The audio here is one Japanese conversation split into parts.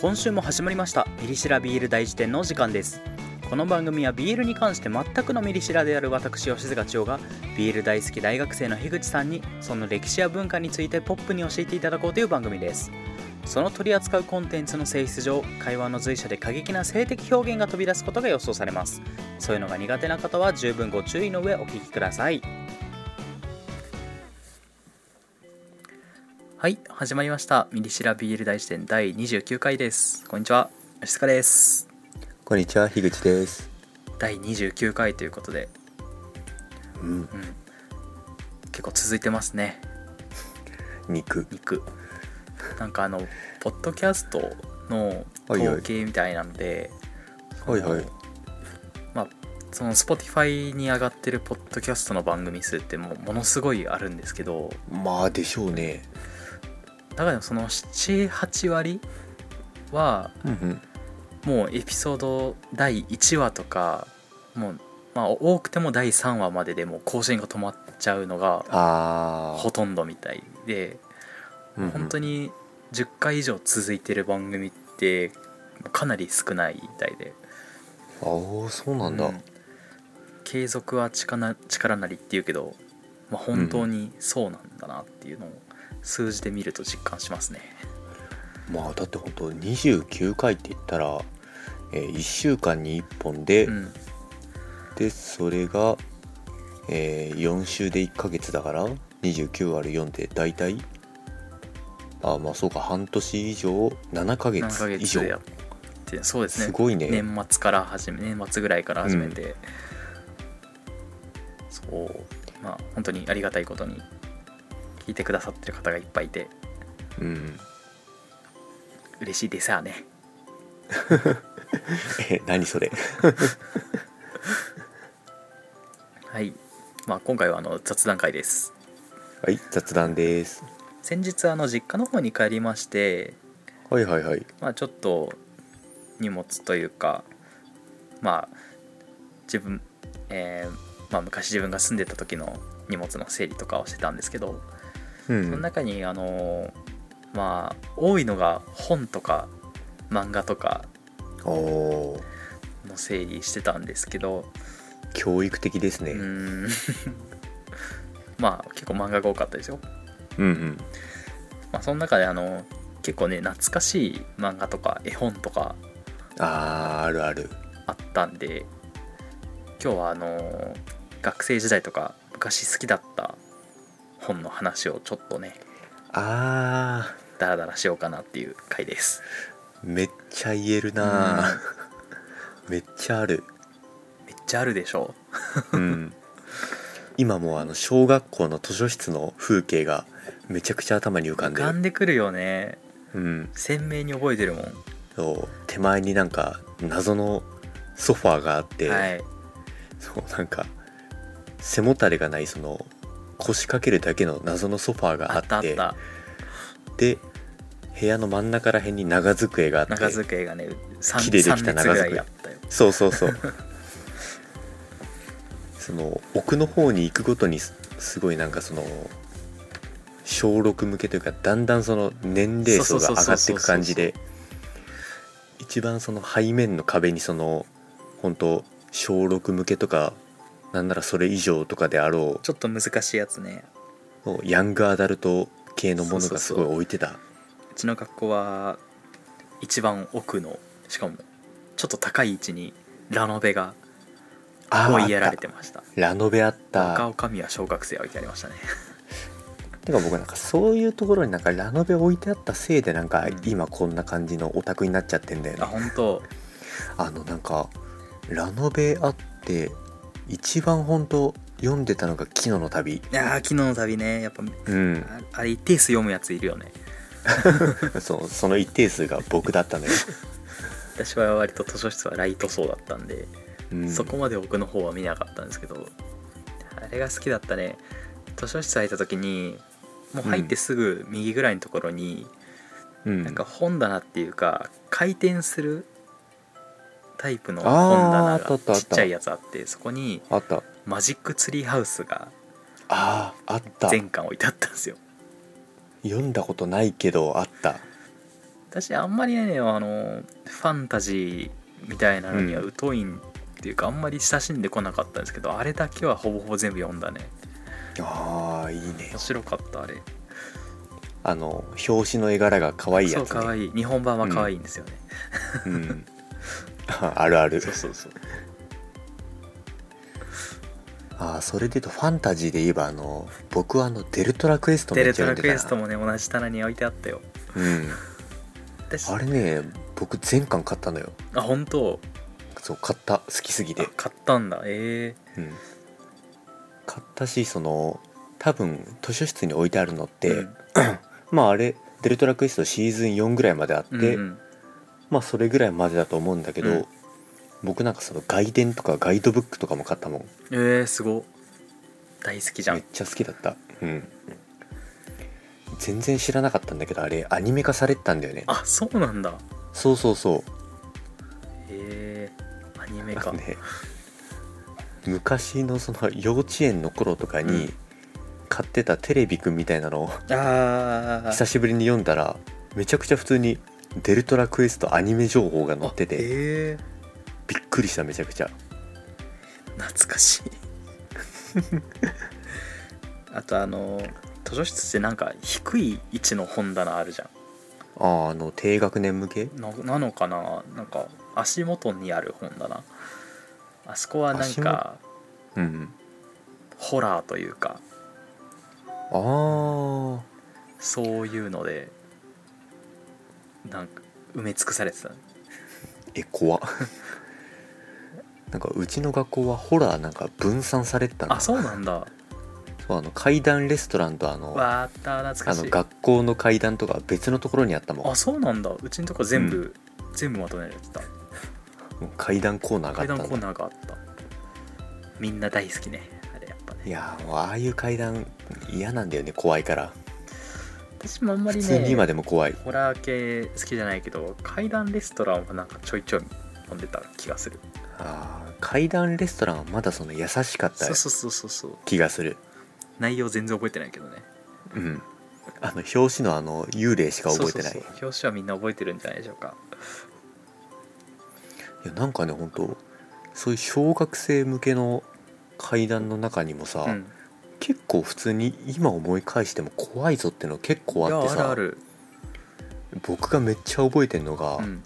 今週も始まりましたミリシラビール大辞典のお時間ですこの番組はビールに関して全くのミリシラである私吉塚千代がビール大好き大学生の樋口さんにその歴史や文化についてポップに教えていただこうという番組ですその取り扱うコンテンツの性質上会話の随所で過激な性的表現が飛び出すことが予想されますそういうのが苦手な方は十分ご注意の上お聞きくださいはい始まりましたミリシラビール大辞典第29回ですこんにちは吉塚ですこんにちは、樋口です。第29回ということでうん、結構続いてますね肉。肉なんかあのポッドキャストのはいはい統計みたいなのではいはい。まあその Spotify に上がってるポッドキャストの番組数ってもうものすごいあるんですけどまあでしょうね。だからその78割はうんもうエピソード第1話とかもう、まあ、多くても第3話まででもう更新が止まっちゃうのがああ。ほとんどみたいでうんうん本当。に10回以上続いてる番組ってかなり少ないみたいでああ、そうなんだ。う継続は力な力なりっていうけど、まあ、本当にそうなんだなっていうのを数字で見ると実感しますねまあだって本当二十九回って言ったら、えー、一週間に一本で、うんでそれが、えー、四週で一ヶ月だから、二十九割る四でだいたい。あーまあそうか半年以上7ヶ何ヶ月以月上でやってそうですねすごいね年末から始め年末ぐらいから始めて、そうまあ本当にありがたいことに聞いてくださってる方がいっぱいいてうん 嬉しいですよねえ何それはい、まあ、今回はあの雑談会ですはい雑談です先日あの実家の方に帰りまして、はいはいはいまあ、ちょっと荷物というかまあ自分、えーまあ、昔自分が住んでた時の荷物の整理とかをしてたんですけど、うんその中にあのーまあ多いのが本とか漫画とかおーの整理してたんですけど教育的ですね、うーん まあ結構漫画が多かったですよ、うんうんまあ、その中であの結構ね懐かしい漫画とか絵本とかあーあるあるあったんで今日はあのー学生時代とか昔好きだった本の話をちょっとねあダラダラしようかなっていう回ですーめっちゃ言えるなー、めっちゃある、めっちゃあるでしょうん、今もうあの小学校の図書室の風景がめちゃくちゃ頭に浮か浮んでかる、んでくるよねうん、鮮明に覚えてるもんそう手前になんか謎のソファーがあって、はい、そうなんか背もたれがないその腰掛けるだけの謎のソファーがああっってたあったで部屋の真ん中らへんに長机があって長机がね 3, 木でできた列長机ぐらいあったよそうそうそう その奥の方に行くごとにすすごいなんかその小6向けというかだんだんその年齢層が上がっていく感じで一番その背面の壁にその本当小6向けとかなんならそれ以上とかであろちょっと難しいやつねうヤングアダルト系のものがすごいそうそうそう置いてたうちの学校は一番奥のしかもちょっと高い位置にラノベがあー追いやらあれってましたたラノベあった赤岡宮小学生は置いてありましたねてか僕なんかそういうところになんかラノベ置いてあったせいでなんかうん今こんな感じのオタクになっちゃってんだよね、あ本当あのなんかラノベあって一番本当読んでたのが「キノの旅いやー昨日の旅ねやっぱ」うんああれ一定数読むやついるよね そうその一定数が僕だっ たのよ、私は割と図書室はライト層だったんでうん、そこまで奥の方は見なかったんですけどあれが好きだったね図書室入った時にもう入ってすぐ右ぐらいのところに、うんなんか本棚っていうか回転するタイプのあー本あ棚がったあったあったちっちゃいやつあってそこにあったマジックツリーハウスがあーあった全巻置いてあったんですよ読んだことないけどあった私あんまりねあのファンタジーみたいなのには疎いんっていうか、あんまり親しんでこなかったんですけどあれだけはほぼほぼ全部読んだねああいいね面白かったあれあの表紙の絵柄が可愛いそやうつね可愛い日本版は可愛いんですよね、うん、 ああるあるそうそうそうあそれで言うとファンタジーで言えばあの僕はあのデルトラクエストめテっレちゃトラ読んでクたなエストもね同じ棚に置いてあったようん、私あれね僕全巻買ったのよあ本当そう買った好きすぎあて、買ったんだえうん、買ったしその多分図書室に置いてあるのっえて、まああれデルトラクエストシーズン4ぐらいまであって、うんうんまあそれぐらいまでだと思うんだけど、うん僕なんかその外伝とかガイドブックとかも買ったもんえー、すご大好きじゃめっんちゃ好きだったうん全然知らなかったんだけどあれアニメ化されてたんだよねあそうなんだそうそうそうええアニメあか、のね昔のその幼稚園の頃とかうにん買ってたテレビくんみたいなのをああ久しぶりに読んだらめちゃくちゃ普通に「デルトラクエスト」アニメ情報が載っててええびっくりしためちゃくちゃ懐かしい あとあの図書室ってなんか低い位置の本棚あるじゃあーあの低学年向けんななのかななんか足元にある本棚あそこはなんかうんホラーというかあーそういうのでなんか埋め尽くされてたえ怖っ なんかうちの学校はホラーなんか分散されてたのあそうなんだそうあの階段レストランとあのわあった懐あかのしい学校の階段とか別のところにあったもんあそうなんだうちのとこ全部、全部まとめられてたもう階段コーナーが階あった段んコーだナーがあったみんな大好きねあれやっぱねいやーもうああいう階段嫌なんだよね怖いから私もあんま普り通ねに今でも怖いホラー系好きじゃないけど階段レストランはなんかちょいちょい飲んでた気がするあー階段レストランはまだその優しかったそうそうそうそうそう気がする内容全然覚えてないけどねうんあの表紙のあの幽霊しか覚えてないそうそうそう表紙はみんな覚えてるんじゃないでしょうかいやなんかね本当そういう小学生向けの階段の中にもさ、うん結構普通に今思い返しても怖いぞっての結構あっいてやあるさある僕がめっちゃ覚えてんのが、うん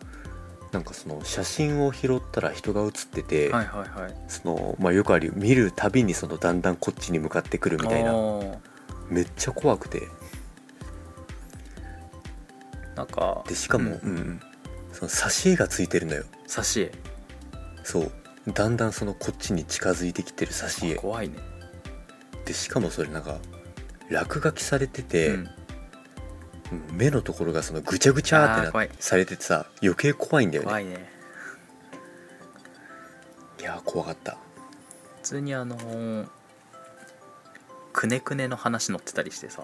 なんかその写真を拾ったら人が写ってて、はいはいはいそのまあ、よくある見るたびにそのだんだんこっちに向かってくるみたいあなーめっちゃ怖くてなんかでしかも、うんうんその挿絵がついてるのよ挿絵そうだんだんそのこっちに近づいてきてる挿絵怖いね、でしかもそれなんか落書きされてうて、ん、目のところがそのぐちゃぐちゃってあーな怖いされててさ余計怖いんだよね怖いねいやー怖かった普通にあのーくねくねの話載ってたりしてさ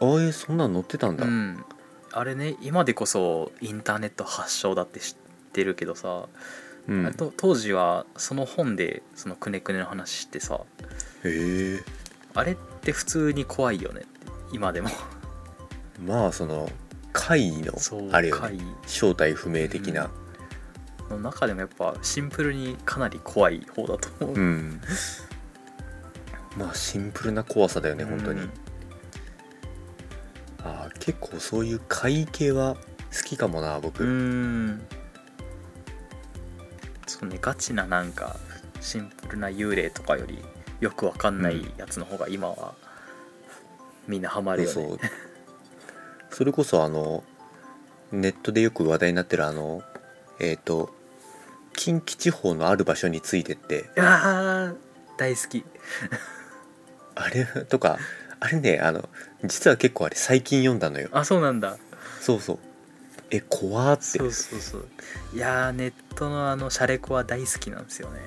ああえそんなん載ってたんだ、うん、あれね今でこそインターネット発祥だって知ってるけどさ、うんあれと当時はその本でそのくねくねの話してさへえあれって普通に怖いよねって今 でもまあその怪異のそうあれよ回ね正体不明的なの中でもやっぱシンプルにかなり怖い方だと思う、うん、まあシンプルな怖さだよね本当に、うんあー結構そういう怪異系は好きかもな僕、うーんそうねガチななんかシンプルな幽霊とかよりよくわかんないやつの方が今はみんなハマるよね、そうそれこそあのネットでよく話題になってるあのえっ、と近畿地方のある場所についてってあー大好きあれとかあれねあの実は結構あれ最近読んだのよあそうなんだそうそうえ怖っそてうそうそういやーネットのあのシャレコは大好きなんですよね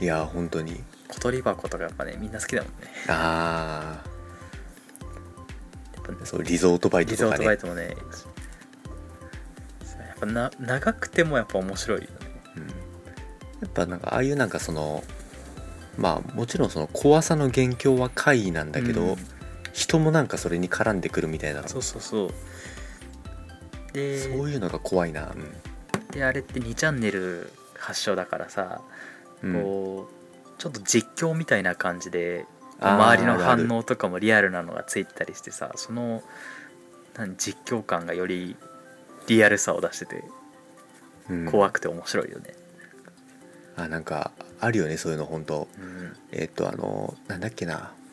いや本当に小鳥箱とかやっぱねみんな好きだもんねあやっぱねあそうリゾートバイトリゾとーかトバねイトもねそうやっぱな長くてもやっぱ面白いよねうんやっぱなんかああいうなんかそのまあもちろんその怖さの元凶は怪異なんだけど、うん人もなんかそれに絡んでくるみたいなのそうそうそうでそういうのが怖いな、であれって2チャンネル発祥だからさ、うんうんこうちょっと実況みたいな感じであー周りのあるある反応とかもリアルなのがついてたりしてさその何実況感がよりリアルさを出しててうん怖くて面白いよね。あなんかあるよねそういうの本当うんえっとあのなんだっけな「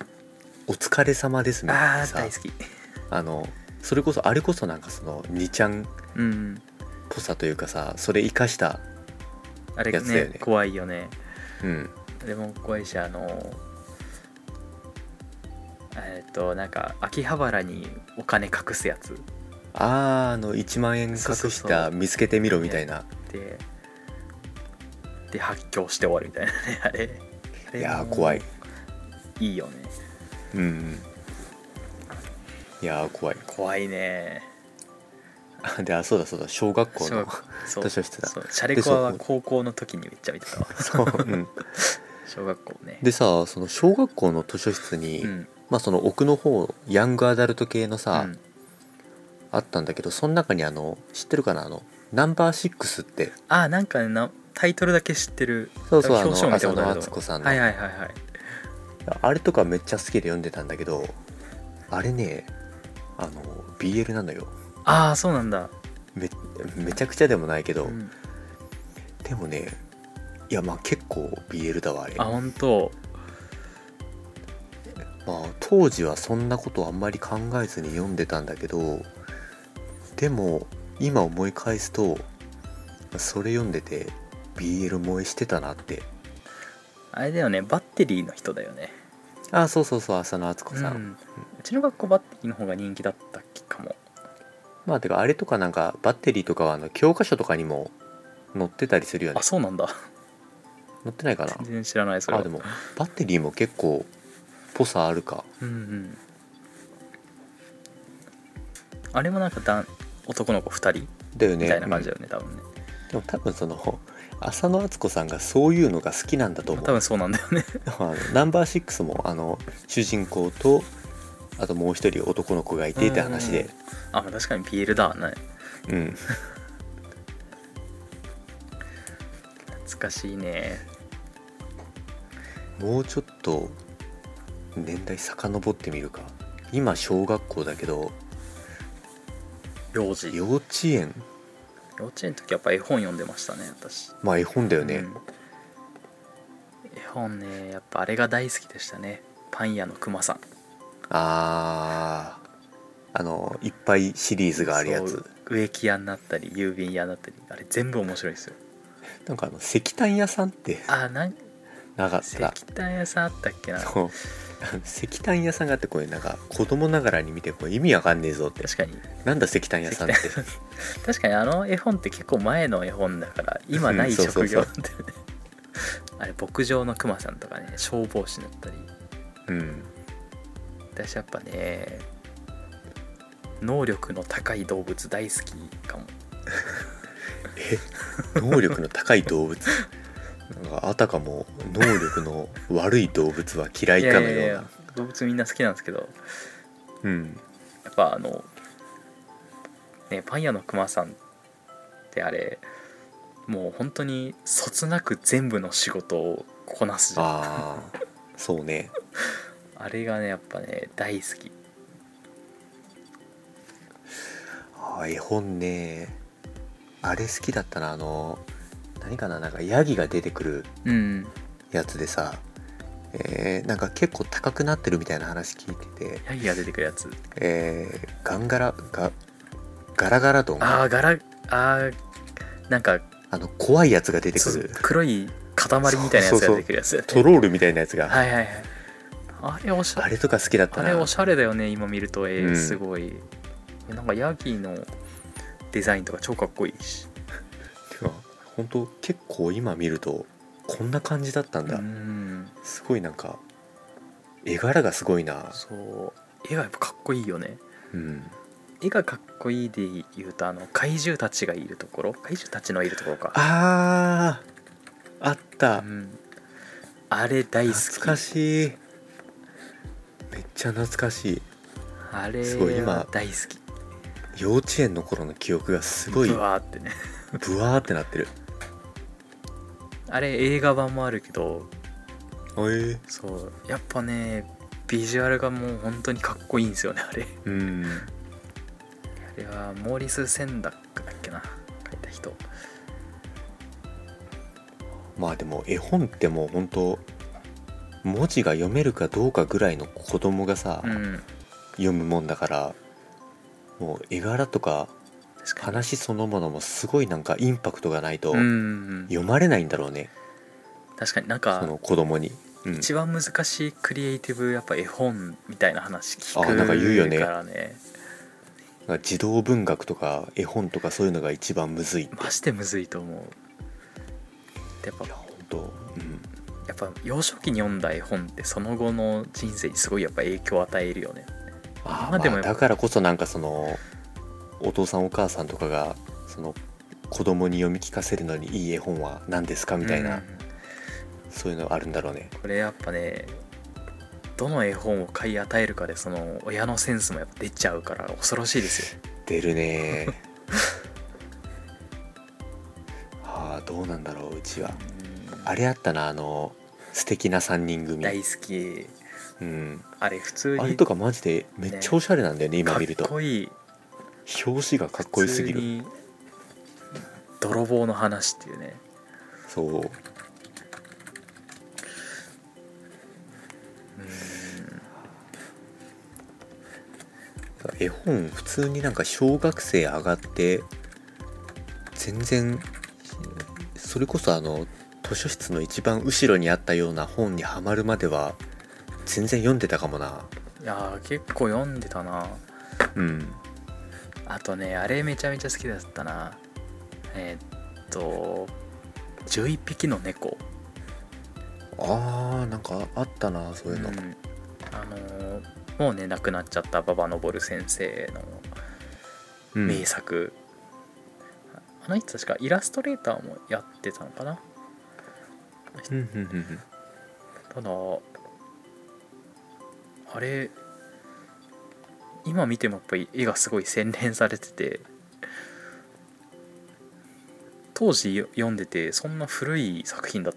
お疲れ様ですね」ああさ大好き。あのそれこそあれこそなんかその2ちゃんっうん、ぽさというかさそれ生かしたあれやつだよねね怖いよね。うんでも怖いしあのえっとなんか秋葉原にお金隠すやつあーあの1万円隠そうそうしそた見つけてみろみたいなでで発狂して終わるみたいなね あれあれいやーも怖いいいよねうんうんいやー怖い 怖いねあであそうだそうだ小学校のそう図書室だそうシャレコアはでそう高校の時にめっちゃ見てたわ そう、うん、小学校ねでさその小学校の図書室に、うんまあその奥の方ヤングアダルト系のさ、うんあったんだけどその中にあの知ってるかなあのナンバー6ってああなんかねなタイトルだけ知ってるそうそう多分表あの紙を見たことある浅野温子さんのはいはいはいはいあれとかめっちゃ好きで読んでたんだけどあれねあの BL なのよああそうなんだ、めめちゃくちゃでもないけど、うんでもねいやまあ結構 BL だわあれあ本当まあ、当時はそんなことあんまり考えずに読んでたんだけどでも今思い返すとそれ読んでて BL 萌えしてたなってあれだよねバッテリーの人だよねあそうそうそう浅野敦子さん、うん、うちの学校バッテリーの方が人気だったっけかもまあてかあれとかなんかバッテリーとかはあの教科書とかにも載ってたりするよねあそうなんだ載ってないかな全然知らないそれはあでもバッテリーも結構ぽさあるかうんうんあれもなんかだん男の子2人だよねみたいな感じだよね多分ねうんでも多分その浅野敦子さんがそういうのが好きなんだ多と思う分そうなんだよねあのナンバー6もあの主人公とあともう一人男の子がいてって話であまあ確かに BL だねうん、懐かしいねもうちょっと年代遡ってみるか今小学校だけど幼児幼幼稚園稚園の時やっぱ絵本読んでましたね私まあ絵本だよね、うん絵本ねやっぱあれが大好きでしたねパン屋のクマさんあーあのいっぱいシリーズがあるやそつう植木屋になったり郵便屋になったりあれ全部面白いですよなんかあの石炭屋さんってあなんなかっ石た炭屋さんあったっけなそう石炭屋さんがあってこれなんか子供ながらに見てこれ意味わかんねえぞって確かになんだ石炭屋さんって確かにあの絵本って結構前の絵本だから今なういんそうそ職うそ業うってね あれ牧場のクマさんとかね消防士だったりうん私やっぱね能力の高い動物大好きかもえ能力の高い動物なんかあたかも能力の悪い動物は嫌いかのような動物みんな好きなんですけどうんやっぱあのねパン屋のクマさんってあれもう本当にそつなく全部の仕事をこなすじゃんあああそうねれがねやっぱね大好きあー絵本ねあれ好きだったなあの何かななんかヤギが出てくるうんやつでさえーなんか結構高くなってるみたいな話聞いてて、ヤギが出てくるやつえーガンガラガガラガラドンあああガラあーなんかの怖いやつが出てくそうる黒い塊みたいなやつが出てくるやつ だよねトロールみたいなやつが、はいはいはいあれおしゃあれとか好きだったあなれおしゃれだよね今見るとえーうんすごい、なんかヤギのデザインとか超かっこいいしてか本当結構今見るとこんな感じだったんうだ、んすごいなんか絵柄がすごいなそう絵がやっぱかっこいいよねうん絵がかっこいいで言うとあの怪獣たちがいるところ怪獣たちのいるところかあーあったうん、あれ大好き懐かしいめっちゃ懐かしいあれすごい今は大好き幼稚園の頃の記憶がすごいブワーってねブワーってなってるあれ映画版もあるけどえー、そうやっぱねビジュアルがもう本当にかっこいいんですよねあれうんあれはモーリス・センダックだっけな書いた人まあでも絵本ってもう本当文字が読めるかどうかぐらいの子供がさ、うん読むもんだからもう絵柄とか確かに話そのものもすごいなんかインパクトがないとうんうんうん読まれないんだろうね、確かになんそかの子供に、うん、一番難しいクリエイティブやっぱ絵本みたいな話聞あくなんか言うよねからねなんか児童文学とか絵本とかそういうのが一番むずいってましてむずいと思うでやっぱ本当、うん、やっぱ幼少期に読んだ絵本ってその後の人生にすごいやっぱ影響を与えるよねあー、まあでもやまあっぱだからこそなんかそのお父さんお母さんとかがその子供に読み聞かせるのにいい絵本は何ですかみたいな、うんそういうのあるんだろうねこれやっぱねどの絵本を買い与えるかでその親のセンスもやっぱ出ちゃうから恐ろしいですよ出 るねああどうなんだろううちはあれあったなあの素敵な3人組大好きうん、あれ普通にあれとかマジでめっちゃおしゃれなんだよね今見るとかっこいい表紙がかっこよすぎ普通るに泥棒の話っていうねそう絵本普通になんか小学生上がって全然それこそあの図書室の一番後ろにあったような本にはまるまでは全然読んでたかもないやー結構読んでたなうんあとねあれめちゃめちゃ好きだったなえーっと11匹の猫あーなんかあったなそういうの、うんあのーもうね亡くなっちゃった馬場登先生のうん名作、あの人確かイラストレーターもやってたのかなうんうんうんうんただあれ今見てもやっぱり絵がすごい洗練されてて当時読んでてそんな古い作品だっ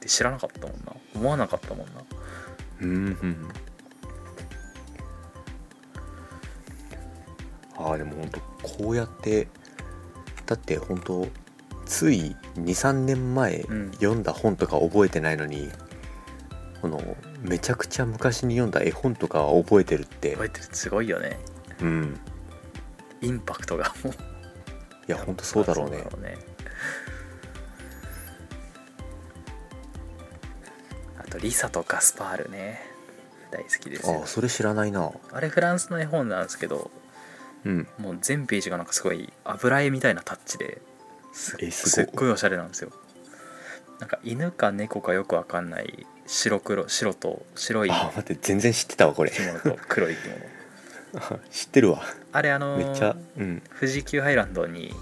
て知らなかったもんな思わなかったもんなうんうんああでも本当こうやってだって本当つい23年前うん読んだ本とか覚えてないのに、このめちゃくちゃ昔に読んだ絵本とかは覚えてるって覚えてるすごいよねうんインパクトがもういや本当そうだろうねそうだろうねあとリサとガスパールね大好きですあよあそれ知らないなあれフランスの絵本なんですけどうんもう全ページがなんかすごい油絵みたいなタッチでえすすっごごいいおしゃれなんですよなんか犬か猫かよくわかんない白黒白と白いあ待って全然知ってたわこれ 着物と黒い着物知ってるわあれあのめっちゃうん富士急ハイランドに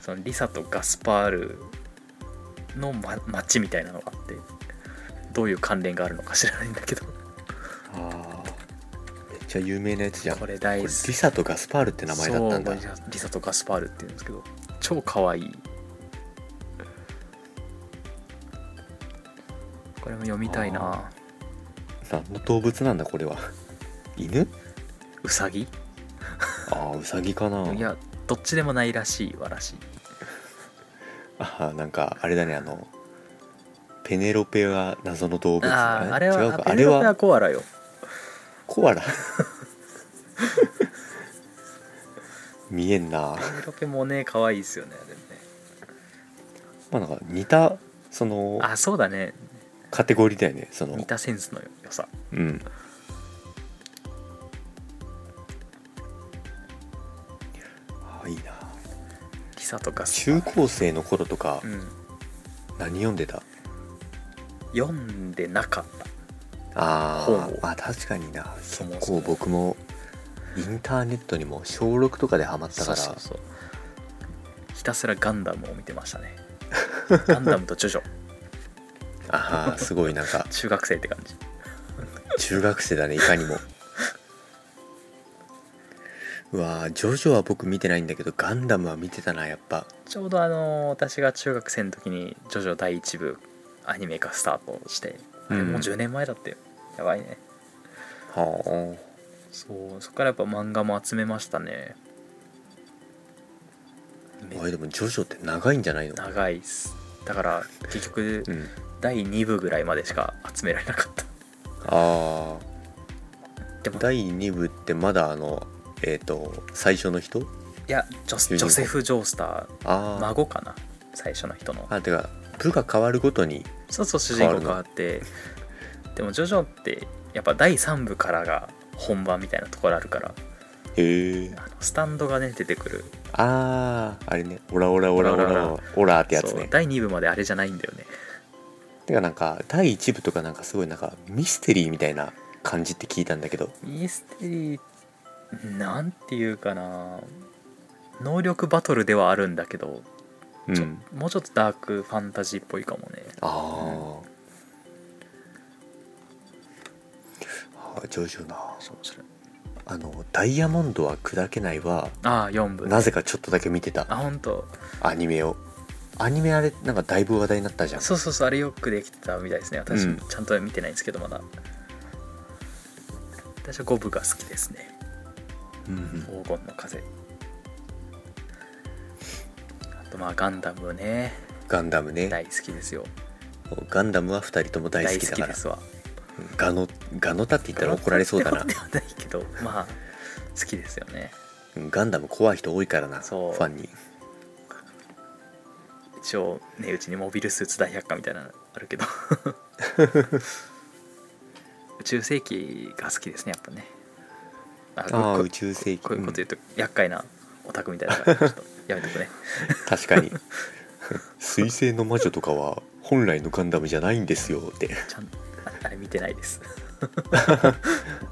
そのリサとガスパールの、ま、街みたいなのがあってどういう関連があるのか知らないんだけどあーめっちゃ有名なやつじゃんこれ大好これきリサとガスパールって名前だったんだそうリサとガスパールって言うんですけど超可愛いこれも読みたいな何の動物なんだこれは犬ウサギああウサギかないやどっちでもないらしいわらしいあーなんかあれだねあのペネロペは謎の動物ああああれれ違うはかペあネれロペははコアラよコアラ見えんなペネロペもね可愛いですよねでもねまあなんか似たそのあそうだねカテゴリーだよねその似たセンスの良さうんあーいいなリサとガスパー中高生の頃とかルうん何読んでた、読んでなかったあ本をーまあ確かにな結そもそも構僕もインターネットにも小6とかでハマったからそうそうそうひたすらガンダムを見てましたね ガンダムとジョジョああすごいなんか中学生って感じ 中学生だねいかにもうわージョジョは僕見てないんだけどガンダムは見てたなやっぱちょうどあの私が中学生の時に「ジョジョ第1部」アニメ化スタートして、あれうもんう10年前だったよやばいねはそうそこからやっぱ漫画も集めましたねああれでもジョジョって長いんじゃないの長いっすだから結局うん第2部ぐらいまでしか集められなかったあであもい第2部ってまだあのえっ、と最初の人やジョジョセフ・ジョースターあ孫かな最初の人のああてか部が変わるごとにそうそう主人公変変わわってでもジョジョってやっぱ第3部からが本番みたいなところあるからへえあのスタンドがね出てくるあーあれねオラオラオラオラオオララオオラってやつそうね第2部まであれじゃないんだよねてかなんか第1部とかなんかすごいなんかミステリーみたいな感じって聞いたんだけどミステリーなんていうかな能力バトルではあるんだけどうちょんもうちょっとダークファンタジーっぽいかもねあーあージョジョなそうそれあの「ダイヤモンドは砕けない」はああ4部なぜかちょっとだけ見てたあ本当。アニメをアニメあれなんかだいぶ話題になったじゃんそうそうそうあれよくできてたみたいですね私、うんちゃんとは見てないんですけどまだ私は5部が好きですねうん黄金の風あとまあガンダムねガンダムね大好きですよガンダムは2人とも大好きだからですわガノガノタって言ったら怒られそうだなではないけどまあ好きですよねうんガンダム怖い人多いからなフそうァンに一応ねうちにモビルスーツ大百科みたいなのあるけ ど宇宙世紀が好きですねやっぱねあああこ宇宙世紀こういうこと言うんうと厄介なオタクみたいだからちょっとやめとくね確かに「 水星の魔女」とかは本来のガンダムじゃないんですよってちゃんああれ見てないです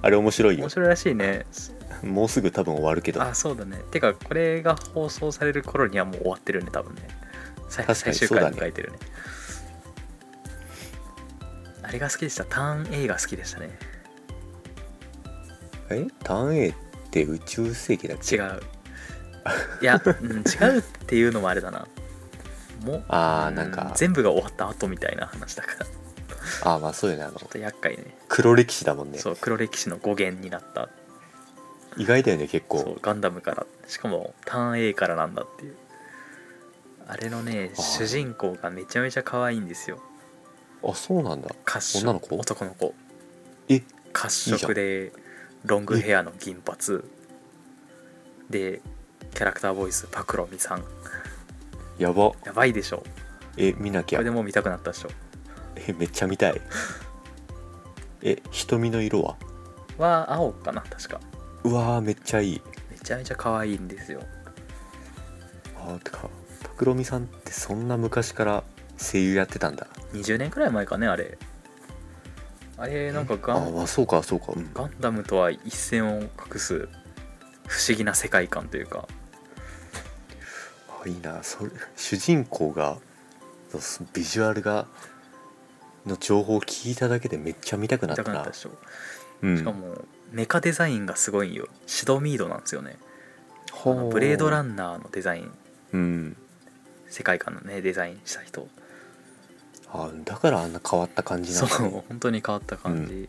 あれ面白いよ面白いらしいねもうすぐ多分終わるけどあそうだねてかこれが放送される頃にはもう終わってるね多分ね最確か最に終そうだ回ね迎えてるねあれが好きでしたターン A が好きでしたねえターン A って宇宙世紀だっけ違ういや、うん、違うっていうのもあれだなもうあーうなんか全部が終わった後みたいな話だからちょああまあそうよねあのっと厄介ね黒歴史だもんねそう黒歴史の語源になった意外だよね結そ構うガンダムからしかもターン A からなんだっていうあれのねあー主人公がめちゃめちゃ可愛いんですよあそうなんだ褐色女の子男の子え褐色でロングヘアの銀髪でキャラクターボイスパクロミさんやばやばいでしょえ見なきこゃれでもう見たくなったでしょえめっちゃ見たいえ瞳の色はは青かな確かうわーめっちゃいいめちゃめちゃ可愛いんですよあーてかパクロミさんってそんな昔から声優やってたんだ20年くらい前かねあれあれなんかあガーンまあそうかそうか、うん、ガンダムとは一線を画す不思議な世界観というかあいいなそれ主人公がそうすビジュアルがの情報を聞いただけでめっちゃ見たく見なったたくななったでしょうん、しかもメカデザインがすごいんよシドミードなんですよねあほうのブレードランナーのデザインうん世界観のねデザインした人あだからあんな変わった感じなそんうだね本当に変わった感じ、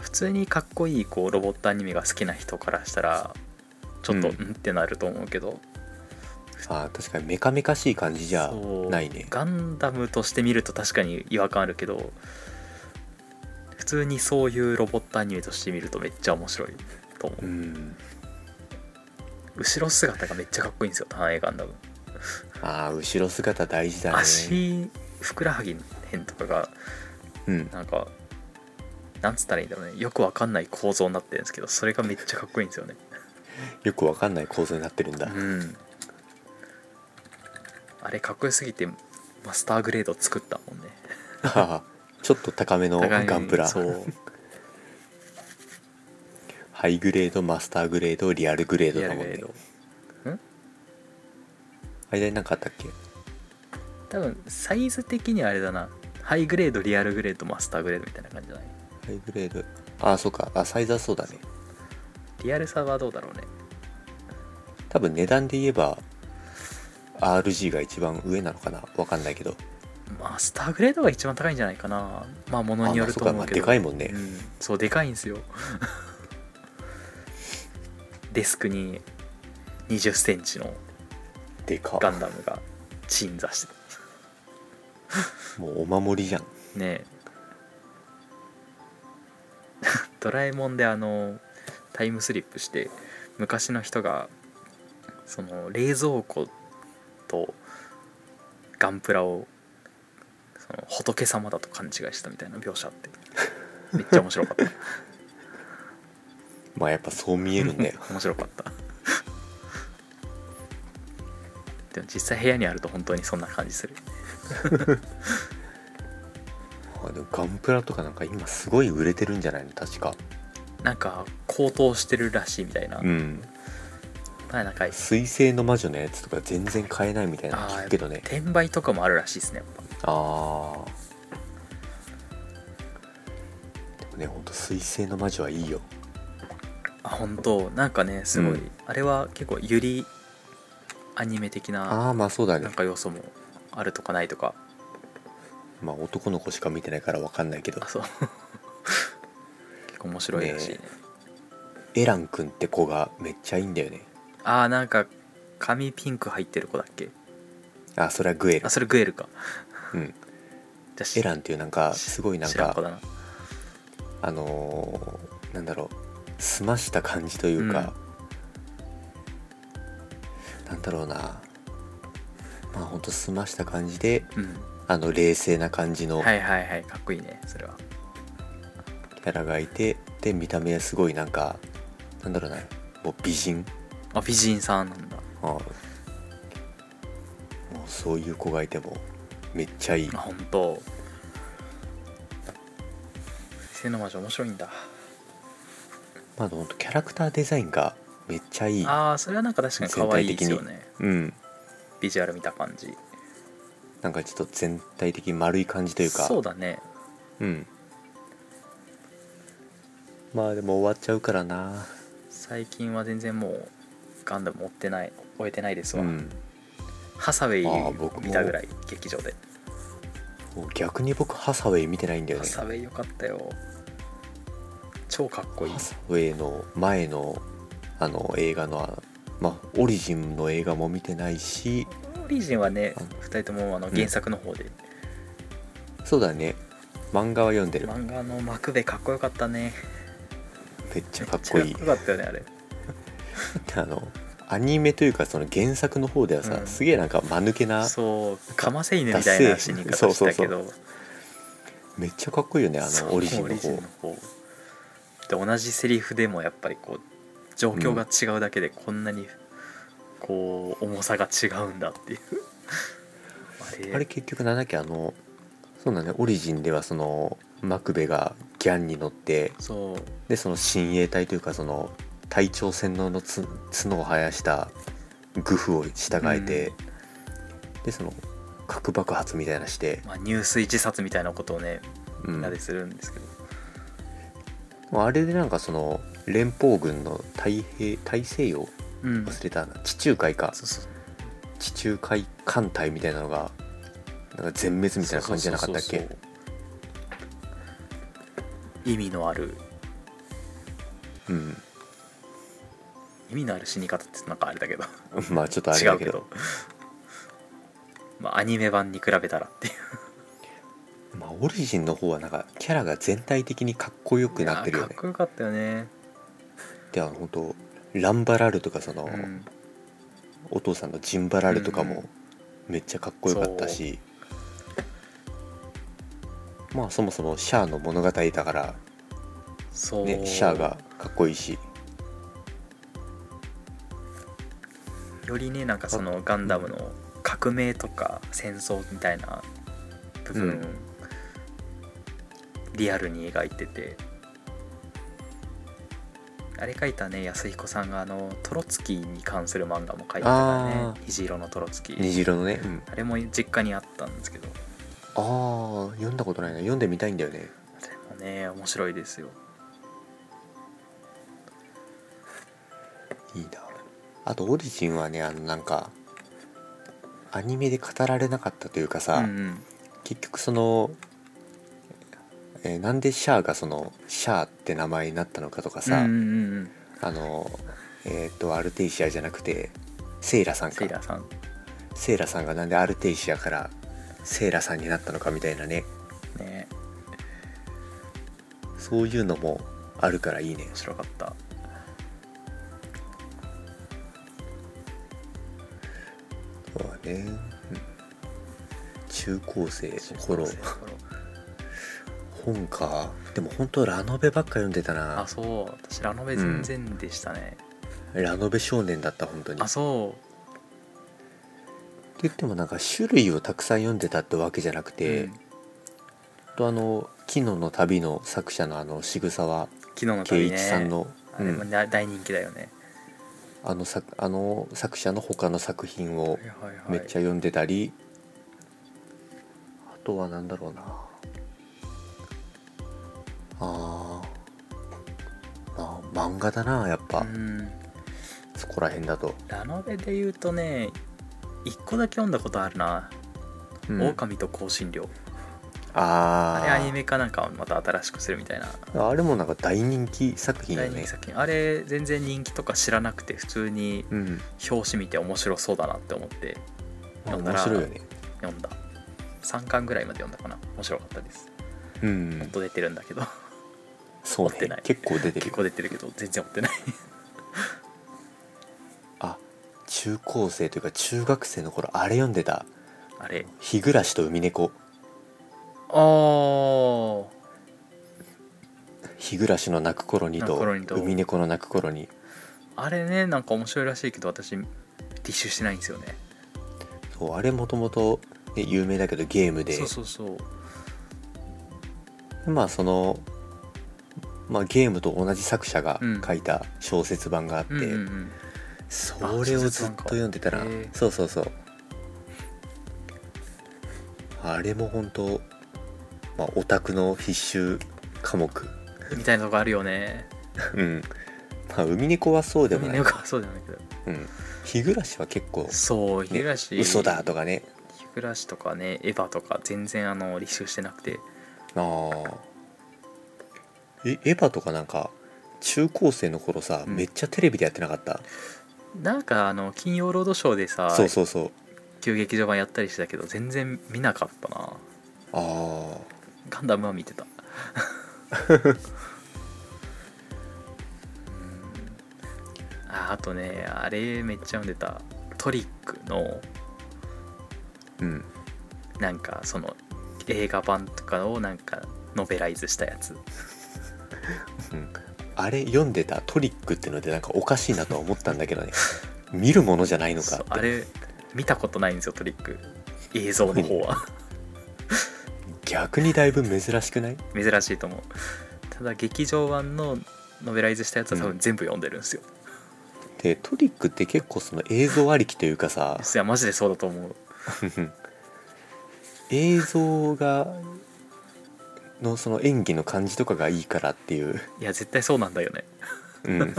普通にかっこいいこうロボットアニメが好きな人からしたらちょっとうんうんってなると思うけど、あ確かにメカメカしい感じじゃそうないねガンダムとして見ると確かに違和感あるけど普通にそういうロボットアニメとして見るとめっちゃ面白いと思う、うん後ろ姿がめっちゃかっこいいんですよ単影ガンダム、あー後ろ姿大事だね足ふくらはぎの辺とかがうんなんかなんつったらいいんだろうねよくわかんない構造になってるんですけどそれがめっちゃかっこいいんですよねよくわかんない構造になってるんだ、うんあれかっこよすぎてマスターグレード作ったもんねあーちょっと高めの互いにガンプラそうハイグレードマスターグレードリアルグレードリアだルもグんレねード間に何かあったっけ多分サイズ的にはあれだなハイグレードリアルグレードマスターグレードみたいな感じじゃないハイグレードああそうかあサイズはそうだねリアルさはどうだろうね多分値段で言えば RG が一番上なのかなわかんないけどまあスターグレードが一番高いんじゃないかなまあものによると思うけどあまあそうかまあでかいもんねうん、そうでかいん ですよデスクに2 0ンチのでかガンダムが鎮座してもうお守りじゃんねえ ドラえもんであのタイムスリップして昔の人がその冷蔵庫とガンプラをその仏様だと勘違いしたみたいな描写あってめっちゃ面白 かったまあやっぱそう見える んだよ面白かったでも実際部屋にあると本当にそんな感じするあでもガンプラとかなんか今すごい売れてるんじゃないの確かなんか高騰してるらしいみたいな、うんまあなんか水星の魔女のやつとか全然買えないみたいなのあー聞くけどね転売とかもあるらしいですねやっぱああでもねほんと水星の魔女はいいよあ本当なんかねすごい、うんあれは結構ゆりアニメ的なああまあそうだなねんか要素もあるとかないとかまあ男の子しか見てないからわかんないけどあそう結構面白いらしいねねエランくんって子がめっちゃいいんだよねあーなんか髪ピンク入ってる子だっけあそれはグエルあそれグエルかうんじゃあしエランっていうなんかすごいなん知らん子かだなあのーなんだろう澄ました感じというか、なんだろうなまあほんと澄ました感じでうんあの冷静な感じのはいはいはいかっこいいねそれはキャラがいてで見た目はすごいなんかなんだろうなもう美人あ美人さんなんだあもうそういう子がいてもめっちゃいいあ本当性の魔女面白いんだまあほんとキャラクターデザインがめっちゃいいああそれはなんか確かに可愛いですよ全ねうんビジュアル見た感じなんかちょっと全体的に丸い感じというかそうだねうんまあでも終わっちゃうからな最近は全然もうガンダム追ってない終えてないですわ、うんハサウェあー僕イも見たぐらい劇場でもう逆に僕ハサウェイ見てないんだよハねサウェイよかったよ超かっこいいハサウェイの前のあの映画のあのまあオリジンの映画も見てないしオリジンはねあ2人ともあのん原作の方で、そうだね漫画は読んでる漫画の幕でかっこよかったねめっちゃかっこめいちいゃかっこよかったよねあれあのアニメというかその原作の方ではさ、うんすげえなんか間抜けなそうかませ犬みたいな死に方したけどめっちゃかっこいいよねあそうのオリジンのオ方リで同じセリフでもやっぱりこう状況が違うだけでこんなにこう重さが違うんだっていう あれあれ結局なんだっけあのそうだねオリジンではそのマクベがギャンに乗ってそうでその親衛隊というかその隊長洗脳のつ角を生やしたグフを従えて、でその核爆発みたいなして、まあ、入水自殺みたいなことをねうみんん、なでするんですけど、あれでなんかその連邦軍の太平大西洋うん忘れたな地中海かそうそう地中海艦隊みたいなのがなんか全滅みたいな感じじゃなかったっそうけそうそう意味のあるうん意味のある死に方ってなんかあれだけど まあちょっとあれ違だうけけどどまあアニメ版に比べたらっていうまあ、オリジンの方はなんかキャラが全体的にかっこよくなってるよいやーかねっこよかったよね、であの本当ランバラルとかその、うん、お父さんのジンバラルとかうんうもんめっちゃかっこよかったし、まあそもそもシャアの物語だから、そう、ね、シャアがかっこいいしよりねなんかそのガンダムの革命とか戦争みたいな部分、うんリアルに描いててあれ描いたね安彦さんがあのトロツキーに関する漫画も描いてたからあね虹色のトロツキー虹色のね、あれも実家にあったんですけどああ読んだことないな読んでみたいんだよねでもね面白いですよいいなあとオリジンはねあのなんかアニメで語られなかったというかさ、うんうん結局その、えーなんでシャアがそのシャアって名前になったのかとかさ、うんうんうんうんあのえっ、とアルテイシアじゃなくてセイラさんかセイラーさんセイラさんがなんでアルテイシアからセイラさんになったのかみたいなねねそういうのもあるからいいね面白かったそうだね、うん中高生の頃中高生の頃本かでも本当ラノベばっか読んでたなあそう私ラノベ全然でしたね、ラノベ少年だった本当にあそって言ってもなんか種類をたくさん読んでたってわけじゃなくう、て、うんとあの「昨日の旅」の作者のあの渋沢昨日の圭旅ね一さんの、あれもうんな大人気だよね、あの作あの作者の他の作品をはいはいはい、めっちゃ読んでたり、あとは何だろうなあーまあ漫画だなやっぱ、うんそこら辺だと、ラノベで言うとね一個だけ読んだことあるな「うん狼と香辛料」ああれーアニメかなんかまた新しくするみたいなあれもなんか大人気作品よ大ね人気作品あれ全然人気とか知らなくて普通にうん表紙見て面白そうだなって思ってまあだから面白いよね読んだ3巻ぐらいまで読んだかな面白かったですうもっんと出てるんだけどそう持ってねない結構出てる結構出てるけど全然追 ってないあ中高生というか中学生の頃あれ読んでたあれ「日暮らしと海猫あー」日暮らしの泣く頃に泣くと頃にと海猫の泣く頃にあれねなんか面白いらしいけど私ティッシュしてないんですよねそうあれもともとね有名だけどゲームでそうそうそうまあその、まあ、ゲームと同じ作者が書いた小説版があって、うんうんうんそあれ小を説ずっ版とか読んでたらへえそうそうそうあれも本当まあオタクの必修科目 みたいなとこあるよねうんまあ海猫はそうでもないよくそうじゃないけどうん、日暮らしは結構、そう日ね、暮らし、嘘だとかね日暮らしとかねエヴァとか全然あの履修してなくてあーえエヴァとかなんか中高生の頃さ、うんめっちゃテレビでやってなかったなんかあの金曜ロードショーでさそうそうそう旧劇場版やったりしてたけど全然見なかったなあガンダムは見 てたうんああとねあれめっちゃ読んでたトリックのーうんなんかその映画版とかをなんかノベライズしたやつあれ読んでたトリックってのでなんかおかしいなとは思ったんだけ どね見るものじゃないのかそうってあれ見たことないんですよトリック映像の方は逆にだいぶ珍しくない 珍しいと思うただ劇場版のノベライズしたやつは多うん分全部読んでるんですよ、でトリックって結構その映像ありきという かさいやマジでそうだと思う映像がのその演技の感じとかがいいからっていう、いや絶対そうなんだよねうん、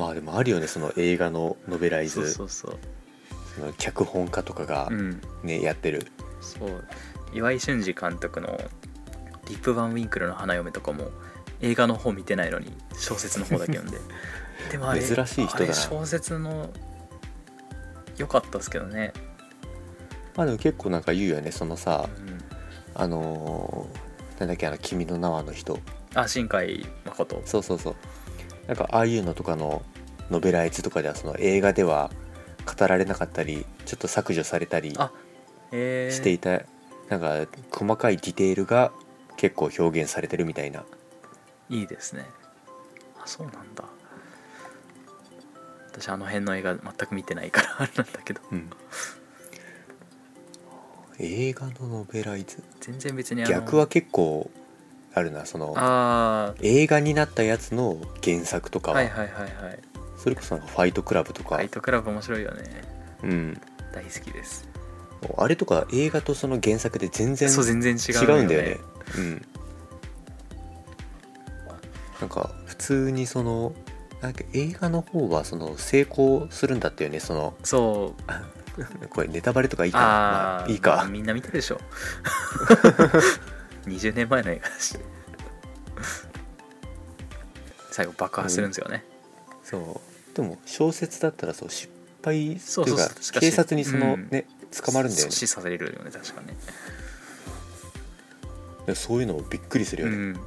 まあでもあるよねその映画のノベライズそうそうそうその脚本家とかがうんね、やってるそう岩井俊二監督の「リップ・バン・ウィンクルの花嫁」とかも映画の方見てないのに小説の方だけ 読んででもあれ珍しい人だなあれ小説の良かったですけどね、まあでも結構なんか言うよねそのさうん、あのーなんだっけあの「君の名は」の人あ新海誠そうそうそうなんかああいうのとかのノベライズとかではその映画では語られなかったりちょっと削除されたりあえー、していた、なんか細かいディテールが結構表現されてるみたいないいですねあそうなんだ私あの辺の映画全く見てないから あれなんだけどうん映画のノベライズ全然別にあの逆は結構あるなそのあ映画になったやつの原作とあかは、はいはいはいはいそれこそなんか「ファイトクラブ」とフか、ァイトクラブ面白いよねうん、大好きですあれとか映画とその原作で全然そう全然違う違うんだよね。うん。なんか普通にそのなんか映画の方はその成功するんだったよねそのそうこれネタバレとかいいかあまあーいいか、まあみんな見てるで しょ20年前の映画だし最後爆破するんですよね、そうでも小説だったらそう失敗そうといそううかそう警察にその、うんね捕まるんだよね阻止されるよね確かねでそういうのもびっくりするようね、ん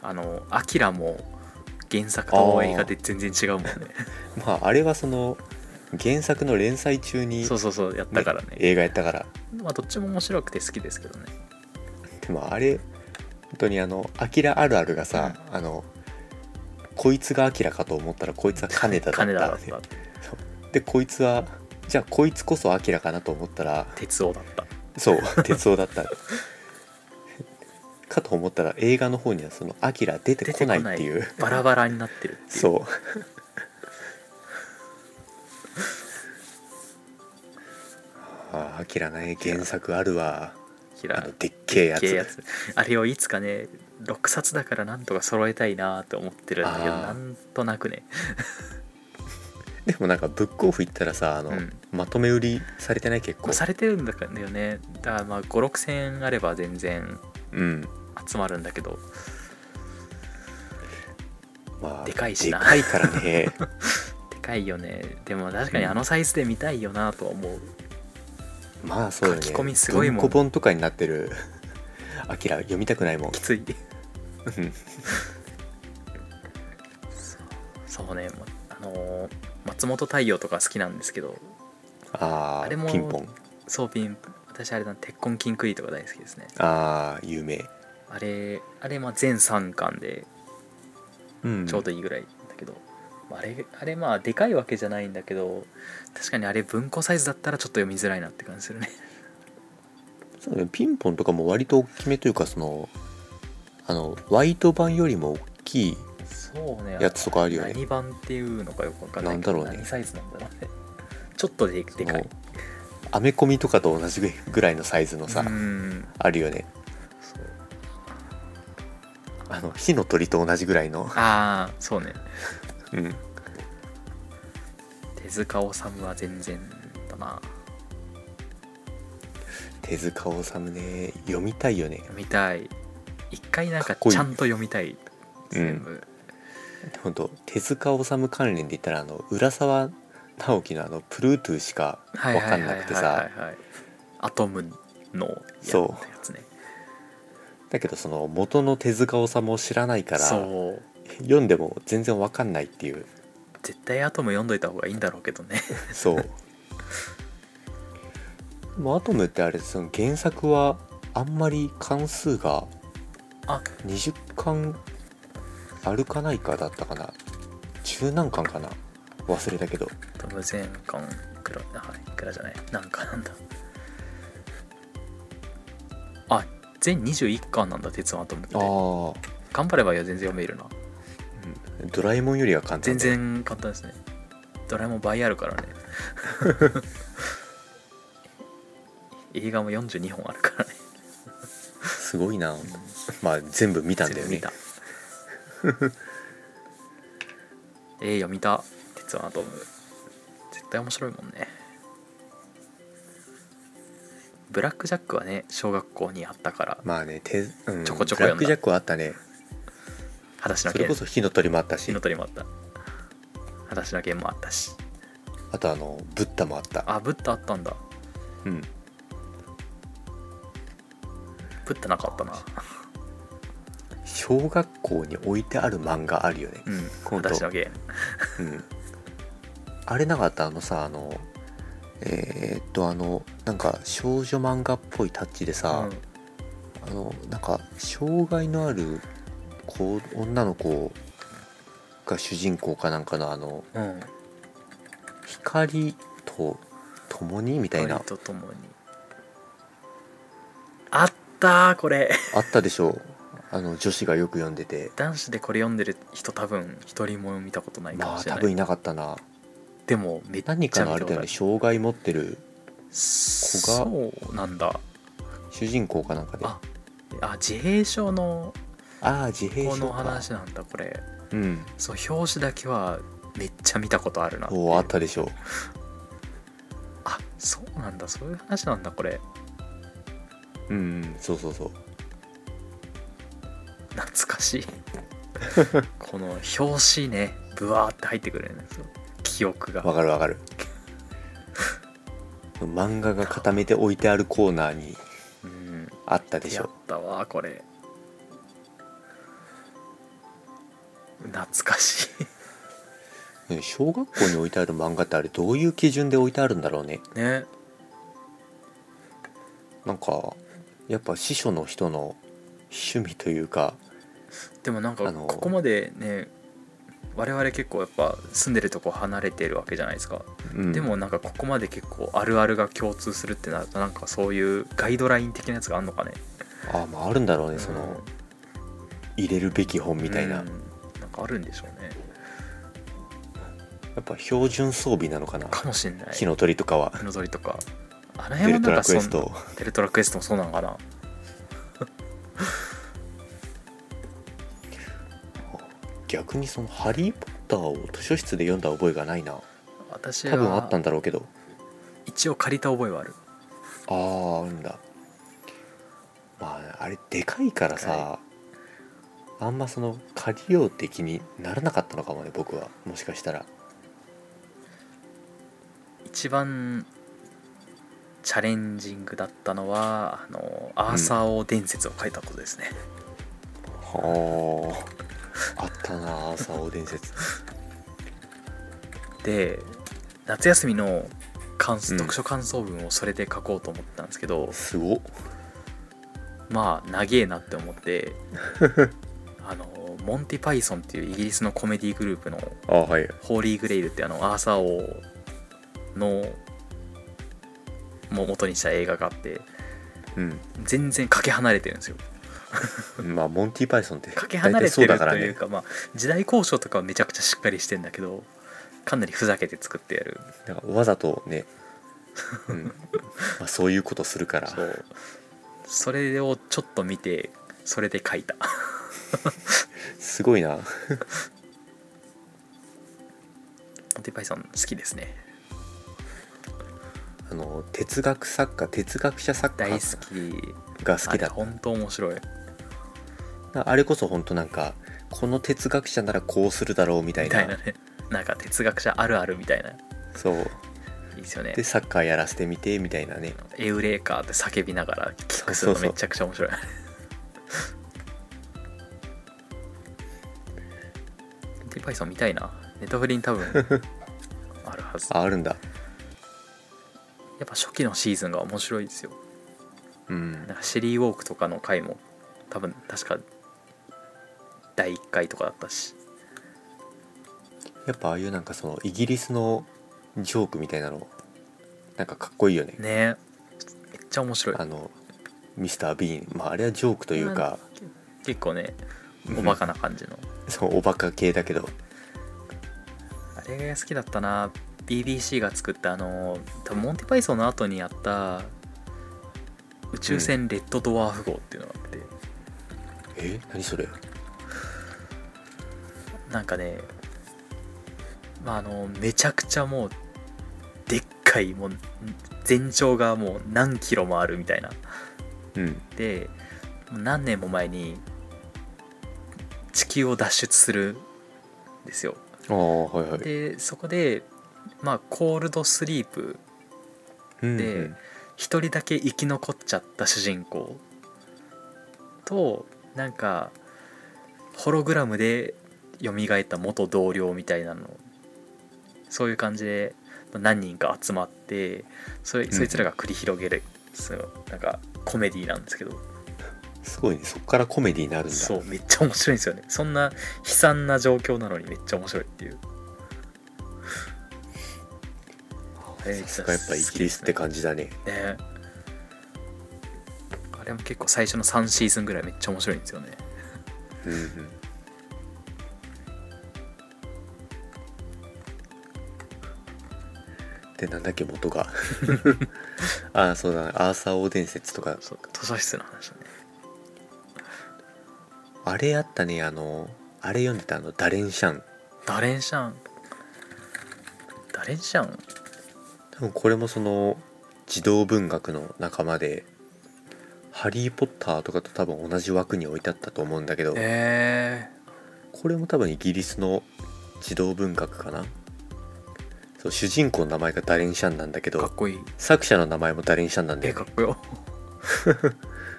あの「アキラも原作と映画で全然違うもん ねまああれはその原作の連載中に、そうそうそうやったからねね映画やったからまあどっちも面白くて好きですけどねでもあれ本当にあの「アキラあるある」がさ、あのこいつがアキラかと思ったらこいつは金田だった,、金田だったでこいつはじゃあこいつこそアキラかなと思ったら鉄王だったそう鉄夫だった かと思ったら映画の方にはその「アキラ出てこないっていうバラバラになってるっていうそう ああアキラね原作あるわキあラのでっけえやつ系やつあれをいつかね6冊だからなんとか揃えたいなと思ってるんだけどあーなんとなくねでもなんかブックオフ行ったらさあの、うんまとめ売りされてない結まあ構されてるんだよねだからまあ56000円あれば全然うん集まるんだけどまあでかいしなでかいから ねでかいよねでも確かにあのサイズで見たいよなとは思うまあそうだね書き込みすごいもん文庫本とかになってるアキラ読みたくないもんきついうんそうねまあのー松本太陽とか好きなんですけどあああれもピンポンそうピン私あれだ鉄痕金クイとか大好きですねああ有名あれあれまあ全3巻でうんちょうどいいぐらいだけど、あれあれまあでかいわけじゃないんだけど確かにあれ文庫サイズだったらちょっと読みづらいなって感じするねそうねピンポンとかも割と大きめというかそのあのワイト版よりも大きいそうねやつとかあるよね何版っていうのかよくわかんないけなどんだろうね何サイズなんだろうねちょっとででかいアメコミとかと同じぐらいのサイズのさ、うんあるよねそうあの火の鳥と同じぐらいの、ああそうねうん、手塚治虫は全然だな 手塚治虫ね読みたいよね読みたい一回なんかかっこいいちゃんと読みたい全部、本当手塚治虫関連で言ったらあの浦沢直樹のあのプルートゥーしかはい分はかいんはいなはいくてはさいはいアトムのやそやつねだけどその元の手塚治虫を知らないからそう読んでも全然分かんないっていう絶対アトム読んどいた方がいいんだろうけどね そうでもアトムってあれその原作はあんまり関数があ20巻あるかないかだったかな十何巻かな忘れたけどアトム全巻いくらあいくらじゃないなんかなんだあ全21巻なんだ鉄腕アトムってああ頑張ればいや全然読めるなドラえもんよりは簡全単だ然簡単ですねドラえもん倍あるからね 映画も42本あるからねすごいなまあ全部見たんだよね全部見た えー、読みた鉄腕アトム絶対面白いもんねブラックジャックはね小学校にあったからまあね手、うん、ちょこちょこブ読んラッだクジャックはあったね裸足のそれ剣こそ火の鳥もあった火しの鳥もあった裸足の剣もあったしあとあのブッダもあったあブッダあったんだうんブッダなかったな小学校に置いてある漫画あるよねうん今度裸足の剣うん、あれなかったあのさあのえーっとあのなんか少女漫画っぽいタッチでさ、あのなんか障害のある子女の子が主人公かなんかのあのうん、うん、光と共にみたいな光とともにあったーこれあったでしょうあの女子がよく読んでて男子でこれ読んでる人多分一人も見たことないかまもあしれな多い、分いなかったなでもめっちゃ何かのあれだよね障害持ってる子そうなんだ主人公かなんかでああ自閉症のああ自閉こ症のか話なんだこれうんそう表紙だけはめっちゃ見たことあるなっていうおうあったでしょあそうなんだそういう話なんだこれううんそうそうそう懐かし いこの表紙ねブワーって入ってくるんですよ記憶がわかるわかる 漫画が固めて置いてあるコーナーにうんあったでしやょったわこれ懐かしね小学校に置いてある漫画ってあれどういう基準で置いてあるんだろうねいねなんかやっぱ師匠の人の趣味というかでもなんかあのーここまでね我々結構やっぱ住んでるとこ離れてるわけじゃないですか、うんでもなんかここまで結構あるあるが共通するってなるとなんかそういうガイドライン的なやつがあるのかねああまああるんだろうねその入れるべき本みたいな、うんなんかあるんでしょうねやっぱ標準装備なのかなかもしんない火の鳥とかは火の鳥とかあのデ辺ルもトなんかラクそエんストテルトラクエストもそうなのかな逆にその「ハリー・ポッター」を図書室で読んだ覚えがないな私多分あったはんだろうけど一応借りた覚えはあるあああるんだまああれでかいからさあんまその借りようって気にならなかったのかもね僕はもしかしたら一番チャレンジングだったのはあのアーサー王伝説を書いたことですね、はああったな朝王伝説で夏休みの感想うん読書感想文をそれで書こうと思ったんですけど、すごっまあ長えなって思って あのモンティ・パイソンっていうイギリスのコメディグループのあーはいホーリー・グレイルってあのアーサー王のも元にした映画があってうん全然かけ離れてるんですよまあモンティ・パイソンってかけ離れてる大体そうだとからいうねかまあ時代交渉とかはめちゃくちゃしっかりしてんだけどかなりふざけて作ってやるだからわざとね、うんまあ、そういうことするからそうそれをちょっと見てそれで書いたすごいなモンティパイソン好きですねあの哲学作家哲学者作大家好きが好きだあれ本当面白いあれこそ本当なんかこの哲学者ならこうするだろうみたみいなたいなねなんか哲学者あるあるみたいないそういですよねでサッカーやらせてみてみたいなねエウレーカーって叫びながらキックするのそうそうそうめちゃくちゃ面白いモンティパイソン見たいなネタフリに多分あるはず ああるんだやっぱ初期のシーズンが面白いですようんなんかシェリーウォークとかの回も多分確か第1回とかだったしやっぱああいうなんかそのイギリスのジョークみたいなのなんかかっこいいよねねめっちゃ面白いあのミスター・ビーンまああれはジョークというか結構ねうんおバカな感じのそうおバカ系だけどあれが好きだったな BBC が作ったあの多分モンティパイソンの後にやった宇宙船レッドドワーフ号っていうのがあって、え何それなんかねまああのめちゃくちゃもうでっかいもう全長がもう何キロもあるみたいなうんで何年も前に地球を脱出するんですよああはいはいでそこでまあコールドスリープうんでうん一人だけ生き残っちゃった主人公となんかホログラムで蘇った元同僚みたいなのそういう感じでまあ何人か集まってそれんそいつらが繰り広げる、そのなんかコメディなんですけどすごいねそっからコメディになるんだそうめっちゃ面白いんですよねそんな悲惨な状況なのにめっちゃ面白いっていうさすがやっぱイギリスって感じだねねあれも結構最初の3シーズンぐらいめっちゃ面白いんですよねうんうんでなんだっけ元が ああそうだアーサー王伝説とかそう図書室の話だねあれあったねあのあれ読んでたあのダレンシャンダレンシャンダレンシャン多分これもその児童文学の仲間で「ハリー・ポッター」とかと多分同じ枠に置いてあったと思うんだけど、えこれも多分イギリスの児童文学かなそう主人公の名前がダレンシャンなんだけー、かどっこいい作者の名前もダレンシャンなんだえよねかっこよ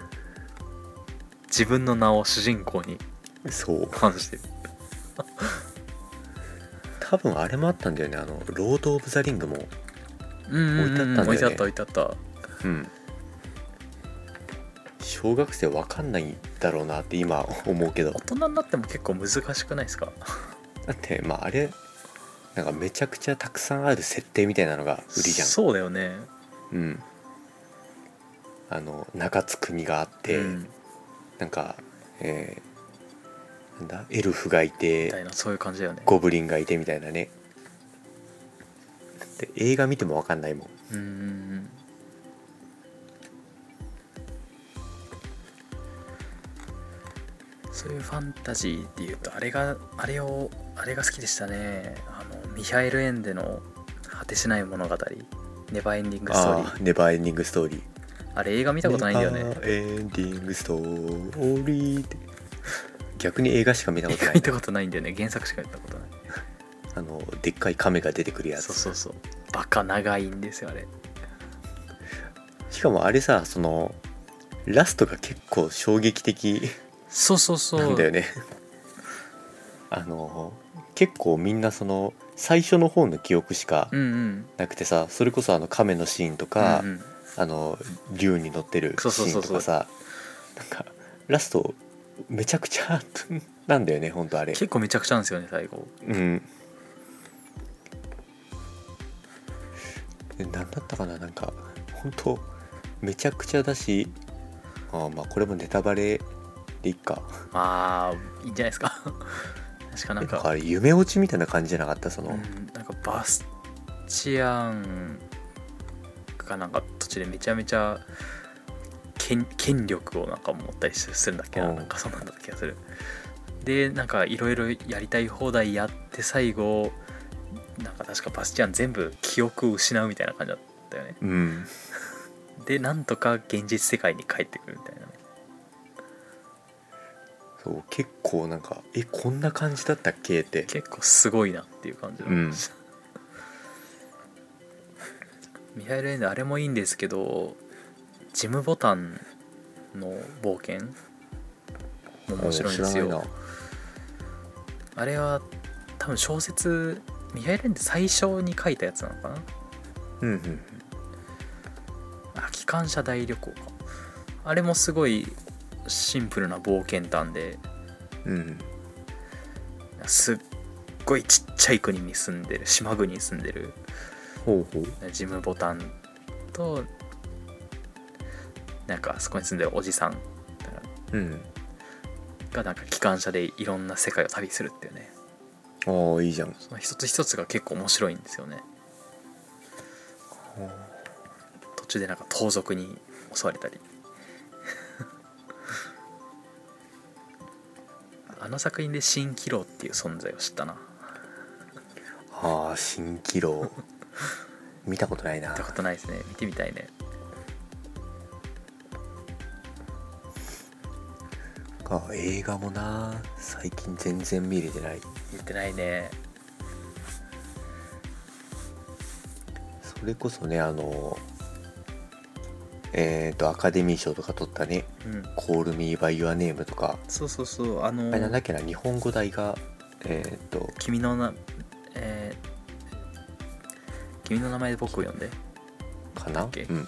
自分の名を主人公にそう関 してる多分あれもあったんだよねあの「ロード・オブ・ザ・リングも」うん置いてあったん置だよねいてあった置いてあったうん小学生わかんないだろうなって今思うけど大人になっても結構難しくないですかだってまああれなんかめちゃくちゃたくさんある設定みたいなのが売りじゃんそうだよねうん、あの中津組があって、うん、なんか、えーなんだエルフがいみたていなそういう感じだよねゴブリンがいてみたいなねで映画見ても分かんないもうんんうんうんそういうファンタジーっていうとあれがあれをあれが好きでしたねあのミハエル・エンデの「果てしない物語」ネバーエンディングストーリあーあネバーエンディングストーリーあれ映画見たことないんだよネねバーエンディングストーリーって逆に映画しか見たこ映とな画 い見たことないんだよね原作しか見たことないあのでっかい亀が出てくるやつそうそうそうバカ長いんですよあれしかもあれさそのラストが結構衝撃的そうそうそうなんだよねあの結構みんなその最初の方の記憶しかうんうんなくてさそれこそあの亀のシーンとか、うんうんあの竜に乗ってるシそうそうーそうンとそうかさなんかラストめちゃくちゃ なんだよねほんとあれ結構めちゃくちゃなんですよね最後うんでなんだったかななんかほんとめちゃくちゃだしあーまあこれもネタバレでいっかまあいいんじゃないですか 確かなんなんかかあれ夢落ちみたいな感じじゃなかったその、うん、なんかバスチアンがなんか途中でめちゃめちゃ権権力をなんか持ったりするんだっけな,、うんなんかそうなんだった気がするでなんかいろいろやりたい放題やって最後なんか確かバスチアン全部記憶を失うみたいな感じだったよねうん、でなんとか現実世界に帰ってくるみたいなねそう結構なんかえこんな感じだったっけって結構すごいなっていう感じの、うん ミハイル・エンデあれもいいんですけどジム・ボタンの冒険も面白いんですあー知らよないなあれは多分小説ミハイル・エンデ最初に書いたやつなのかなうんうんあ機関車大旅行かあれもすごいシンプルな冒険談でうんすっごいちっちゃい国に住んでる島国に住んでるほうほうジムボタンとなんかそこに住んでるおじさんうんがなんか機関車でいろんな世界を旅するっていうねああいいじゃんその一つ一つが結構面白いんですよね途中でなんか盗賊に襲われたり あの作品で蜃気楼っていう存在を知ったなああ蜃 気楼見たことないな見たことないですね見てみたいねあ映画もな最近全然見れてない見てないねそれこそねあのえっ、とアカデミー賞とか取ったねうん「Call Me by Your Name」とかそうそうそうあのあれなんだっけな日本語題がえっ、と君のな、えー君の名前で僕を呼んでかな、っけうん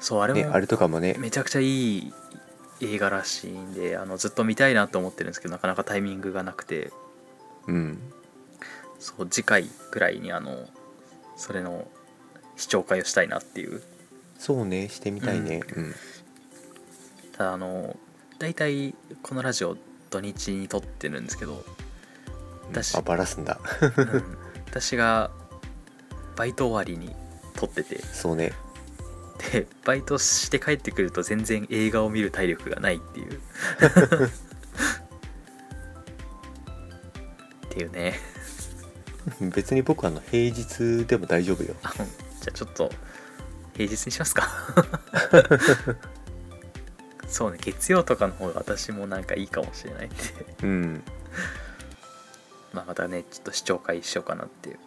そうあれね、もあれとかもねめちゃくちゃいい映画らしいんであのずっと見たいなと思ってるんですけどなかなかタイミングがなくてうんそう次回ぐらいにあのそれの視聴会をしたいなっていうそうねしてみたいねうん、ただあの大体このラジオ土日に撮ってるんですけど、私あバラすんだ うん私がバイト終わりに撮っててそうねでバイトして帰ってくると全然映画を見る体力がないっていうっていうね別に僕あの平日でも大丈夫よあのじゃあちょっと平日にしますかそうね月曜とかの方が私もなんかいいかもしれないんでうんまあまたねちょっと視聴会しようかなっていう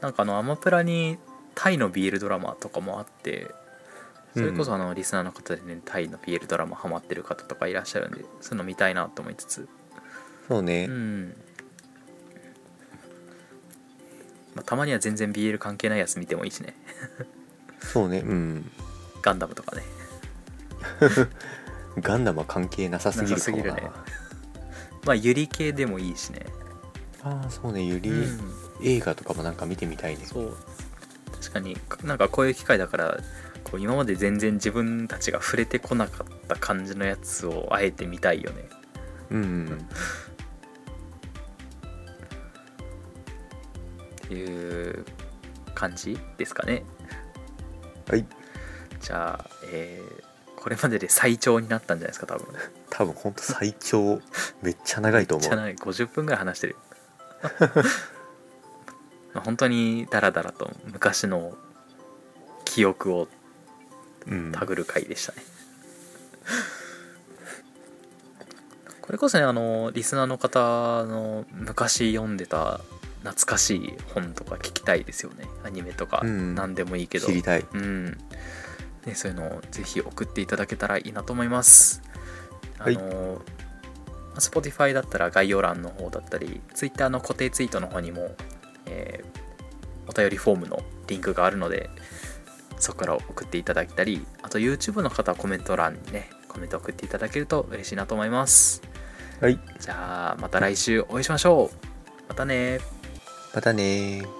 なんかあのアマプラにタイの BL ドラマとかもあってそれこそあのリスナーの方でね、タイの BL ドラマハマってる方とかいらっしゃるんでそういうの見たいなと思いつつそうね、うん、まあ、たまには全然 BL 関係ないやつ見てもいいしねそうねうんガンダムとかねガンダムは関係なさすぎるかもななさすぎるねまあユリ系でもいいしね、ああそうねユリ、うん、映画とかもなんか見てみたいねそう確かになんかこういう機会だからこう今まで全然自分たちが触れてこなかった感じのやつをあえて見たいよねうんうんっていう感じですかねはいじゃあ、えーこれまでで最長になったんじゃないですか多分多分ほんと最長めっちゃ長いと思じゃうない50分ぐらい話して るよまあ本当にダラダラと昔の記憶をうんたぐる回でしたね、これこそねあのリスナーの方の昔読んでた懐かしい本とか聞きたいですよねアニメとかうん何でもいいけど、知りたいうん、ね、そういうのをぜひ送っていただけたらいいなと思います。あはいの、まあ Spotify だったら概要欄の方だったり、Twitter の固定ツイートの方にも、えーお便りフォームのリンクがあるので、そこから送っていただいたり、あと YouTube の方はコメント欄にね、コメント送っていただけると嬉しいなと思います。はいじゃあ、また来週お会いしましょう。またねまたねー